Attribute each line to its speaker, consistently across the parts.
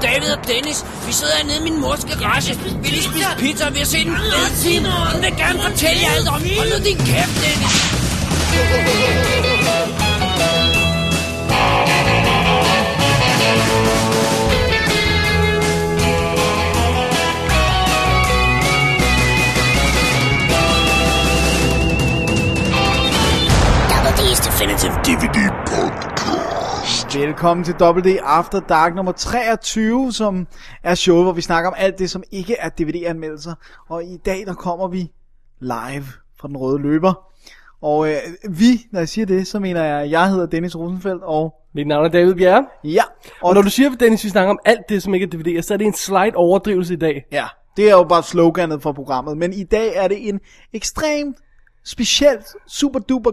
Speaker 1: Dennis. Vi sidder hernede i min mors garage. Vi lige spise pizza, og vi har set en fed time. Hun vil gerne fortælle jer alt om. Hold nu din kæft, Dennis.
Speaker 2: Definitive DVD
Speaker 3: Velkommen til WD After Dark nummer 23, som er showet, hvor vi snakker om alt det, som ikke er DVD-anmeldelser. Og i dag, der kommer vi live fra den røde løber. Og øh, vi, når jeg siger det, så mener jeg, at jeg hedder Dennis Rosenfeldt, og
Speaker 4: Mit navn er David Bjerre.
Speaker 3: ja,
Speaker 4: Og når du siger, Dennis, vi snakker om alt det, som ikke er DVD'er, så er det en slight overdrivelse i dag.
Speaker 3: Ja, det er jo bare sloganet for programmet. Men i dag er det en ekstremt specielt super duper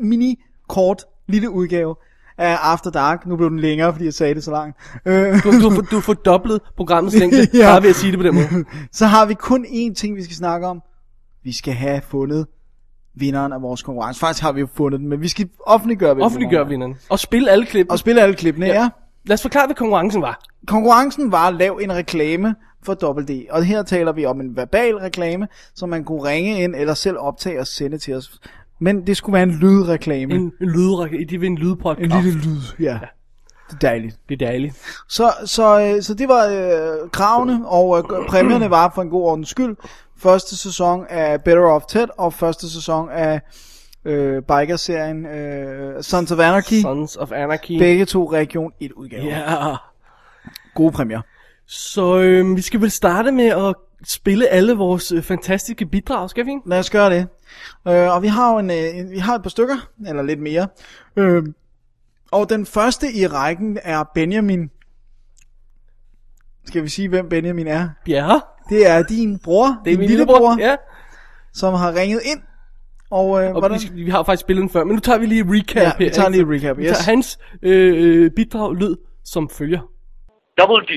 Speaker 3: mini kort lille udgave af After Dark. Nu blev den længere, fordi jeg sagde det så langt. Øh,
Speaker 4: Du, du, du, du får dobblet programmets længde,
Speaker 3: Ja.
Speaker 4: ja. bare ved at sige det på den måde.
Speaker 3: så har vi kun én ting, vi skal snakke om. Vi skal have fundet vinderen af vores konkurrence. Faktisk har vi jo fundet den, men vi skal offentliggøre, hvem
Speaker 4: Offentliggør
Speaker 3: vinderen er.
Speaker 4: vinderen. Og spil alle klip.
Speaker 3: Og spille alle klippene, ja. ja.
Speaker 4: Lad os forklare, hvad konkurrencen var.
Speaker 3: Konkurrencen var at lave en reklame for WD, og her taler vi om en verbal reklame, som man kunne ringe ind eller selv optage og sende til os. Men det skulle være en lydreklame.
Speaker 4: En, en lydrække. De vil en lydpodcast. En lille...
Speaker 3: lyd, ja. Det er dejligt.
Speaker 4: Det er dejligt.
Speaker 3: Så, så, øh, så det var øh, kravene, og øh, præmierne var for en god ordens skyld. Første sæson af Better Off Ted, og første sæson af øh, Biker-serien øh, Sons of Anarchy.
Speaker 4: Sons of Anarchy.
Speaker 3: Begge to Region 1 udgaver.
Speaker 4: Ja.
Speaker 3: Gode præmier.
Speaker 4: Så øh, vi skal vel starte med at spille alle vores øh, fantastiske bidrag, skal vi ikke?
Speaker 3: Lad os gøre det. Øh, og vi har jo en, øh, en, vi har et par stykker, eller lidt mere. Øh, og den første i rækken er Benjamin. Skal vi sige, hvem Benjamin er?
Speaker 4: Bjerre.
Speaker 3: Det er din bror,
Speaker 4: Det er
Speaker 3: din
Speaker 4: min
Speaker 3: lillebror,
Speaker 4: lillebror. Ja.
Speaker 3: som har ringet ind. Og, øh,
Speaker 4: Og
Speaker 3: hvordan,
Speaker 4: vi, skal- vi har faktisk spillet den før, men nu tager vi lige
Speaker 3: Ja,
Speaker 4: recap her.
Speaker 3: vi tager
Speaker 4: ikke?
Speaker 3: lige recap,
Speaker 4: Vi
Speaker 3: yes.
Speaker 4: tager hans øh, øh, bidrag lød som følger.
Speaker 5: Double D,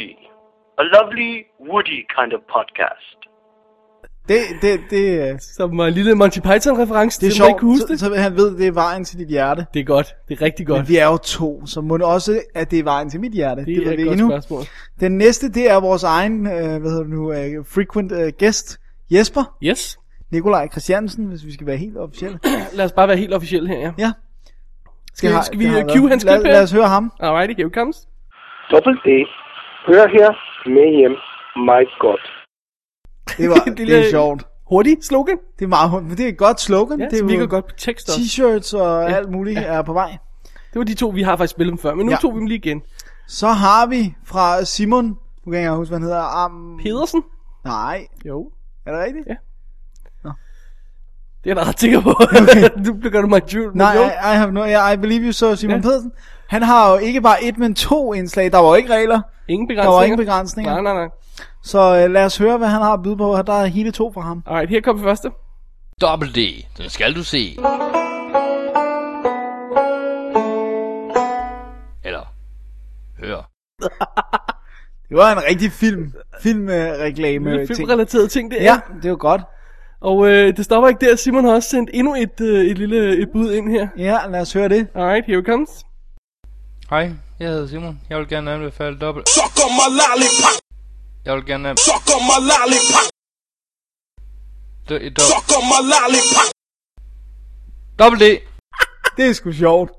Speaker 5: a lovely, woody kind of podcast.
Speaker 3: det, det, det, øh,
Speaker 4: Som var en lille Monty Python-reference.
Speaker 3: det er
Speaker 4: til, man ikke kunne huske
Speaker 3: sjovt, så,
Speaker 4: det.
Speaker 3: så han ved, det er vejen til dit hjerte.
Speaker 4: Det er godt. Det er rigtig godt.
Speaker 3: Men vi er jo to, så må det også, at det er vejen til mit hjerte.
Speaker 4: det,
Speaker 3: ved
Speaker 4: er et
Speaker 3: vi
Speaker 4: godt
Speaker 3: endnu.
Speaker 4: spørgsmål.
Speaker 3: Den næste, det er vores egen, øh, hvad hedder det nu, øh, frequent øh, guest, Jesper.
Speaker 4: Yes.
Speaker 3: Nikolaj Christiansen, hvis vi skal være helt officielle.
Speaker 4: Lad os bare være helt officielle her, ja.
Speaker 3: Ja.
Speaker 4: Skal,
Speaker 3: Det
Speaker 4: vi,
Speaker 3: har-
Speaker 4: skal
Speaker 3: det
Speaker 4: vi
Speaker 3: har
Speaker 4: øh,
Speaker 3: været.
Speaker 4: cue hans klip
Speaker 3: lad, lad
Speaker 4: her?
Speaker 3: os høre ham.
Speaker 4: Alrighty, here it comes.
Speaker 6: Dobbelt D. Hør her med hjem. My God.
Speaker 3: Det, var,
Speaker 4: Det
Speaker 3: det, det er
Speaker 4: lille-
Speaker 3: sjovt.
Speaker 4: Hurtig slogan.
Speaker 3: Det er, meget, men det er et godt slogan.
Speaker 4: Ja,
Speaker 3: det er
Speaker 4: det
Speaker 3: jo-
Speaker 4: virker godt på tekst også.
Speaker 3: T-shirts og ja. alt muligt ja. er på vej.
Speaker 4: Det var de to, vi har faktisk spillet dem før, men nu
Speaker 3: Ja.
Speaker 4: ja. tog vi dem lige igen.
Speaker 3: Så har vi fra Simon, nu kan jeg ikke engang huske, hvad han hedder. Am...
Speaker 4: Pedersen?
Speaker 3: Nej,
Speaker 4: Jo.
Speaker 3: er det rigtigt?
Speaker 4: Ja. Det er jeg da ret sikker på. du gør du mig i tvivl. men
Speaker 3: Nej,
Speaker 4: jo.
Speaker 3: I, I, have no, yeah, I believe you, så Simon
Speaker 4: Ja.
Speaker 3: Pedersen. Han har jo ikke bare et, men to indslag. Der var jo ikke regler,
Speaker 4: Ingen
Speaker 3: der
Speaker 4: begrænsninger.
Speaker 3: var ingen begrænsninger.
Speaker 4: Nej, nej, nej.
Speaker 3: Så øh, lad os høre, hvad han har at byde på. Der er hele to fra ham.
Speaker 4: Alright, her kommer første.
Speaker 2: Double D, den skal du se. Eller, hør.
Speaker 3: Det var en rigtig film, filmreklame
Speaker 4: Lille
Speaker 3: ting.
Speaker 4: filmrelaterede ting, det er.
Speaker 3: Ja, det er jo godt.
Speaker 4: Og øh, det stopper ikke der. Simon har også sendt endnu et, øh, et lille et bud ind her.
Speaker 3: Ja, lad os høre det.
Speaker 4: Alright, here it comes.
Speaker 7: Hej, jeg hedder Simon. Jeg vil gerne anbefale dobbelt.
Speaker 8: Suck on my lollipop.
Speaker 7: Jeg vil gerne anbefale
Speaker 8: Suck on my lollipop.
Speaker 7: dobbelt.
Speaker 8: Suck on my lollipop.
Speaker 7: Dobbelt D!
Speaker 3: Det er sgu sjovt.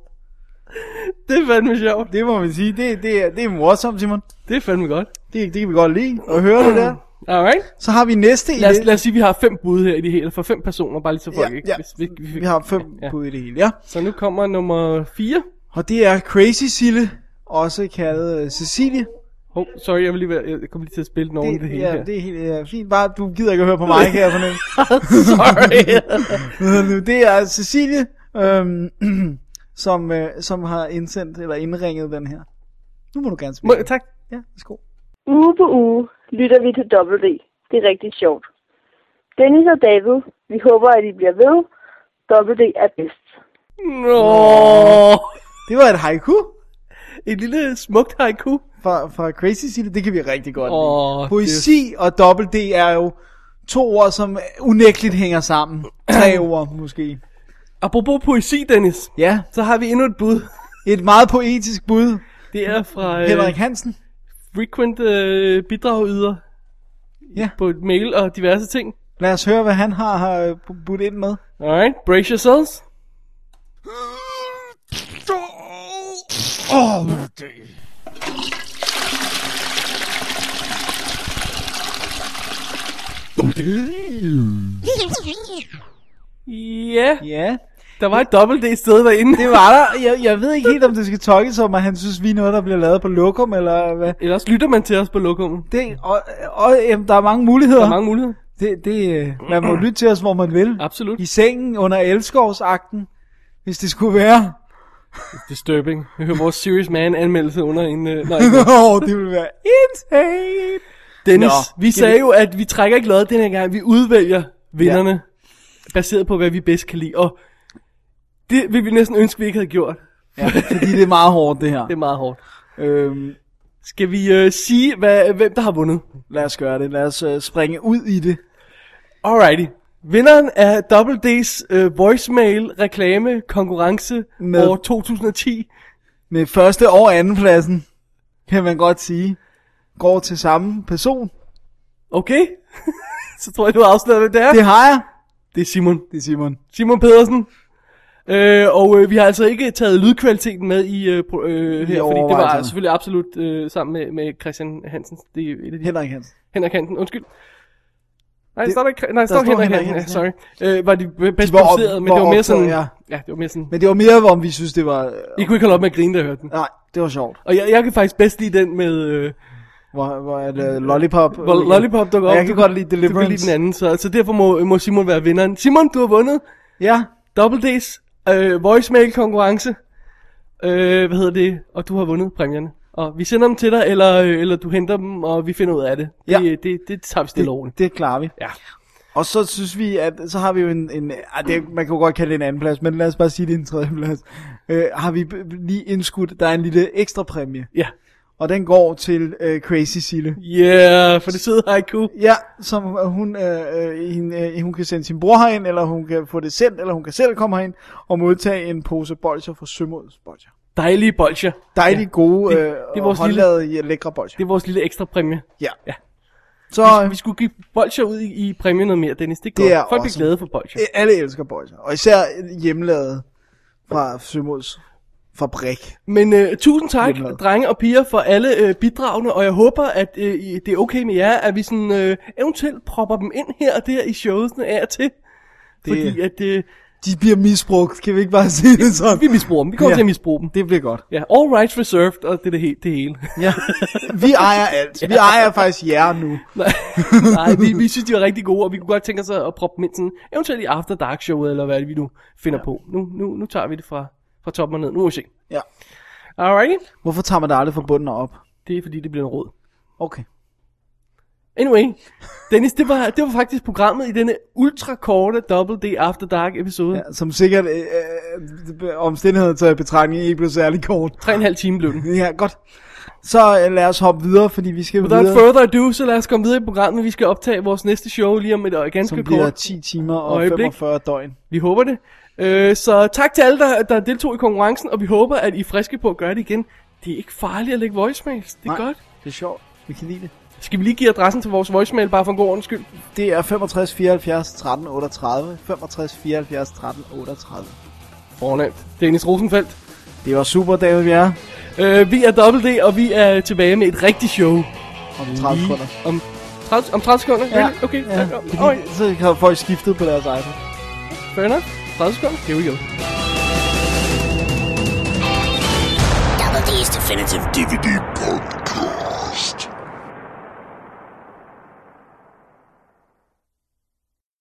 Speaker 4: Det er fandme sjovt.
Speaker 3: Det må man sige. Det, det, er, det er morsomt, Simon.
Speaker 4: Det er fandme godt.
Speaker 3: Det, det kan vi godt lide at høre det der.
Speaker 4: Alright.
Speaker 3: Så har vi næste i
Speaker 4: Lad os,
Speaker 3: det.
Speaker 4: lad os sige, at vi har fem bud her i det hele. For fem personer, bare lige så folk
Speaker 3: Ja,
Speaker 4: ikke.
Speaker 3: ja.
Speaker 4: Hvis, vi, vi,
Speaker 3: Vi har fem
Speaker 4: Ja.
Speaker 3: bud i det hele, ja.
Speaker 4: Så nu kommer nummer 4.
Speaker 3: Og det er Crazy Sille, også kaldet øh, Cecilie.
Speaker 4: Oh, sorry, jeg, vil lige være, jeg kom lige til at spille den oven i det hele
Speaker 3: ja,
Speaker 4: her.
Speaker 3: det er helt ja, fint. Bare, du gider ikke at høre på mig, kan jeg fornemme.
Speaker 4: sorry.
Speaker 3: Hvad hedder det nu? det er Cecilie, øhm, som, øh, som har indsendt eller indringet den her. Nu må du gerne
Speaker 4: Må,
Speaker 3: spille.
Speaker 4: tak.
Speaker 3: Ja, værsgo.
Speaker 9: Uge på uge lytter vi til WD. Det er rigtig sjovt. Dennis og David, vi håber, at I bliver ved. WD er bedst.
Speaker 4: Nå.
Speaker 3: Det var et haiku
Speaker 4: Et lille smukt haiku.
Speaker 3: fra, fra Crazy Sille. Det kan vi rigtig godt lide.
Speaker 4: Åh, det-
Speaker 3: Poesi og dobbelt D er jo to ord, som unægteligt hænger sammen. Tre ord måske.
Speaker 4: Apropos poesi, Dennis.
Speaker 3: Ja,
Speaker 4: Så har vi endnu et bud.
Speaker 3: et meget poetisk bud.
Speaker 4: Det er fra... øh,
Speaker 3: Henrik Hansen.
Speaker 4: frequent øh, bidragyder
Speaker 3: Ja.
Speaker 4: på et mail og diverse ting.
Speaker 3: Lad os høre, hvad han har, har øh, budt ind med.
Speaker 4: Alright, brace yourselves. Ja,
Speaker 3: Ja,
Speaker 4: der var et dobbelt D sted derinde.
Speaker 3: det var der. Jeg, jeg ved ikke helt, om det skal tolkes som, at han synes, vi er noget, der bliver lavet på lokum, eller hvad.
Speaker 4: Ellers lytter man til os på lokummet.
Speaker 3: Det, og, og jamen, der er mange muligheder.
Speaker 4: Der er mange muligheder.
Speaker 3: Det, det, øh, man må lytte til os, hvor man vil.
Speaker 4: Absolut.
Speaker 3: I sengen under elskovsakten, hvis det skulle være.
Speaker 4: Disturbing. Vi hører vores Serious Man anmeldelse under en... Øh, nej, ikke.
Speaker 3: Åh, oh, det ville være insane.
Speaker 4: Dennis,
Speaker 3: Nå,
Speaker 4: Nå, vi
Speaker 3: det-
Speaker 4: sagde jo, at vi trækker ikke lod den her gang. Vi udvælger vinderne, ja. baseret på, hvad vi bedst kan lide. Og det vil vi næsten ønske, vi ikke havde gjort.
Speaker 3: Ja, fordi det er meget hårdt, det her.
Speaker 4: Det er meget hårdt.
Speaker 3: Øhm,
Speaker 4: Skal vi øh, sige, hvad, hvem der har vundet?
Speaker 3: lad os gøre det. Lad os øh, springe ud i det.
Speaker 4: Alrighty. Vinderen af Double D's øh, voicemail reklame konkurrence
Speaker 3: Med-
Speaker 4: Med. år 2010
Speaker 3: Med første og andenpladsen, kan man godt sige, går til samme person.
Speaker 4: Okay? Så tror jeg, du har afsløret, hvem det er.
Speaker 3: Det har jeg.
Speaker 4: Det er Simon.
Speaker 3: Det er Simon.
Speaker 4: Simon Pedersen. Øh, og øh, vi har altså ikke taget lydkvaliteten med i øh, pro- øh, her, fordi det var
Speaker 3: overvejelserne.
Speaker 4: selvfølgelig absolut øh, sammen med, med Christian Hansen. Det er et af de
Speaker 3: Henrik Hansen.
Speaker 4: Henrik Hansen, undskyld. Nej,
Speaker 3: Det-
Speaker 4: det, står der, ikke Chri- nej, der
Speaker 3: står
Speaker 4: står Henrik,
Speaker 3: Henrik
Speaker 4: Henrik Hansen, ja, sorry. Øh, var de bedst
Speaker 3: var op-
Speaker 4: produceret, men
Speaker 3: var
Speaker 4: det var mere
Speaker 3: optaget,
Speaker 4: sådan...
Speaker 3: ja.
Speaker 4: Ja. ja, det var mere sådan...
Speaker 3: Men det var mere, om vi synes, det var... Øh,
Speaker 4: I kunne ikke holde op med at grine, da jeg hørte den.
Speaker 3: nej, det var sjovt.
Speaker 4: Og jeg, jeg kan faktisk bedst lide den med... Øh,
Speaker 3: Hvor, hvor at, øh, Lollipop...
Speaker 4: hvor Lollipop dukker
Speaker 3: Og
Speaker 4: op.
Speaker 3: jeg kan
Speaker 4: Du-
Speaker 3: godt lide
Speaker 4: Du kan
Speaker 3: Deliverance.
Speaker 4: lide den anden, så, så derfor må, må Simon være vinderen. Simon, du har vundet.
Speaker 3: Ja,
Speaker 4: Double D's øh, voicemail konkurrence. Øh, hvad hedder det? Og du har vundet præmierne. Og vi sender dem til dig, eller, øh, eller du henter dem, og vi finder ud af det.
Speaker 3: Ja.
Speaker 4: Det, det, det tager vi stille og roligt.
Speaker 3: det, det klarer vi.
Speaker 4: Ja.
Speaker 3: Og så synes vi, at så har vi jo en... en ah, det, man kan jo godt kalde det en anden plads, men lad os bare sige, det er en tredje plads. Øh, har vi b- lige indskudt, der er en lille ekstra præmie.
Speaker 4: Ja.
Speaker 3: Og den går til øh, Crazy Sille.
Speaker 4: Yeah, for det sidder haiku.
Speaker 3: Ja, som øh, hun, øh, øh, hende, øh, hun kan sende sin bror herind, eller hun kan få det sendt, eller hun kan selv komme herind og modtage en pose bolcher fra Sømods Bolcher.
Speaker 4: Dejlige bolcher.
Speaker 3: Dejlige ja, gode,
Speaker 4: det-
Speaker 3: øh,
Speaker 4: det
Speaker 3: det
Speaker 4: er
Speaker 3: vores
Speaker 4: vores lille-
Speaker 3: håndlavede lille... lækre bolcher.
Speaker 4: Det er vores lille ekstra præmie.
Speaker 3: Ja.
Speaker 4: Ja.
Speaker 3: Så øh,
Speaker 4: Vi skulle give bolcher ud i, i præmien noget mere, Dennis.
Speaker 3: Det
Speaker 4: Det, går.
Speaker 3: er
Speaker 4: Folk
Speaker 3: awesome.
Speaker 4: bliver glade for bolcher.
Speaker 3: øh, alle elsker bolcher, og især hjemlavet fra Sømods fabrik.
Speaker 4: Men øh, tusind tak,
Speaker 3: Hjemmelavet.
Speaker 4: drenge og piger, for alle øh, bidragene, og jeg håber, at øh, I- det er okay med jer, at vi sådan, øh, eventuelt propper dem ind her og der i showsene af og til. Det... Fordi at øh,
Speaker 3: De bliver misbrugt, kan vi ikke bare sige det sådan?
Speaker 4: vi misbruger dem. Vi kommer
Speaker 3: Ja.
Speaker 4: ja. til at misbruge dem.
Speaker 3: Det bliver godt.
Speaker 4: Ja, all rights reserved, og det er det, he- det hele.
Speaker 3: Ja. Vi ejer alt. Vi ejer faktisk jer nu.
Speaker 4: Nej, nej vi, vi synes, de var rigtig gode, og vi kunne godt tænke os at at proppe dem ind sådan, eventuelt i After Dark showet, eller hvad vi nu finder ja. på. Nu, nu, nu tager vi det fra, fra toppen og ned. Nu må vi se.
Speaker 3: Ja.
Speaker 4: Alright.
Speaker 3: Hvorfor tager man det aldrig fra bunden og op?
Speaker 4: Det er fordi, det bliver en råd.
Speaker 3: Okay.
Speaker 4: Anyway, Dennis, det var, det var faktisk programmet i denne ultrakorte Double D After Dark episode. Ja.
Speaker 3: Ja, som sikkert øh, øh, omstændigheden taget i betragtning ikke blev særlig kort.
Speaker 4: 3,5 time blev den.
Speaker 3: Ja, godt. Så øh, lad os hoppe videre, fordi vi skal
Speaker 4: Without
Speaker 3: videre,
Speaker 4: further ado, så lad os komme videre i programmet. Vi skal optage vores næste show lige om et øje-
Speaker 3: som
Speaker 4: ganske
Speaker 3: bliver
Speaker 4: kort.
Speaker 3: 10 timer og
Speaker 4: Øjeblik.
Speaker 3: 45 døgn.
Speaker 4: Vi håber det. Øh, så tak til alle, der, der deltog i konkurrencen, og vi håber, at I er friske på at gøre det igen. Det er ikke farligt at lægge voicemails. Det er
Speaker 3: Nej.
Speaker 4: Nej. godt.
Speaker 3: Det er sjovt. Vi kan lide det.
Speaker 4: Skal vi lige give adressen til vores voicemail, bare for en god ordens skyld?
Speaker 3: Det er 65 74 13 38. 65 74 13 38.
Speaker 4: Fornemt. Dennis Rosenfeldt.
Speaker 3: Det var super, David Bjerre.
Speaker 4: Øh, vi er Double D, og vi er tilbage med et rigtigt show.
Speaker 3: Om 30 sekunder.
Speaker 4: Om 30, om 30 sekunder?
Speaker 3: Ja,
Speaker 4: Really? Okay,
Speaker 3: ja.
Speaker 4: okay.
Speaker 3: Fordi, så har folk skiftet på deres iPhone.
Speaker 4: fair enough. 30 sekunder? Here we go.
Speaker 1: Double D's Definitive DVD Podcast.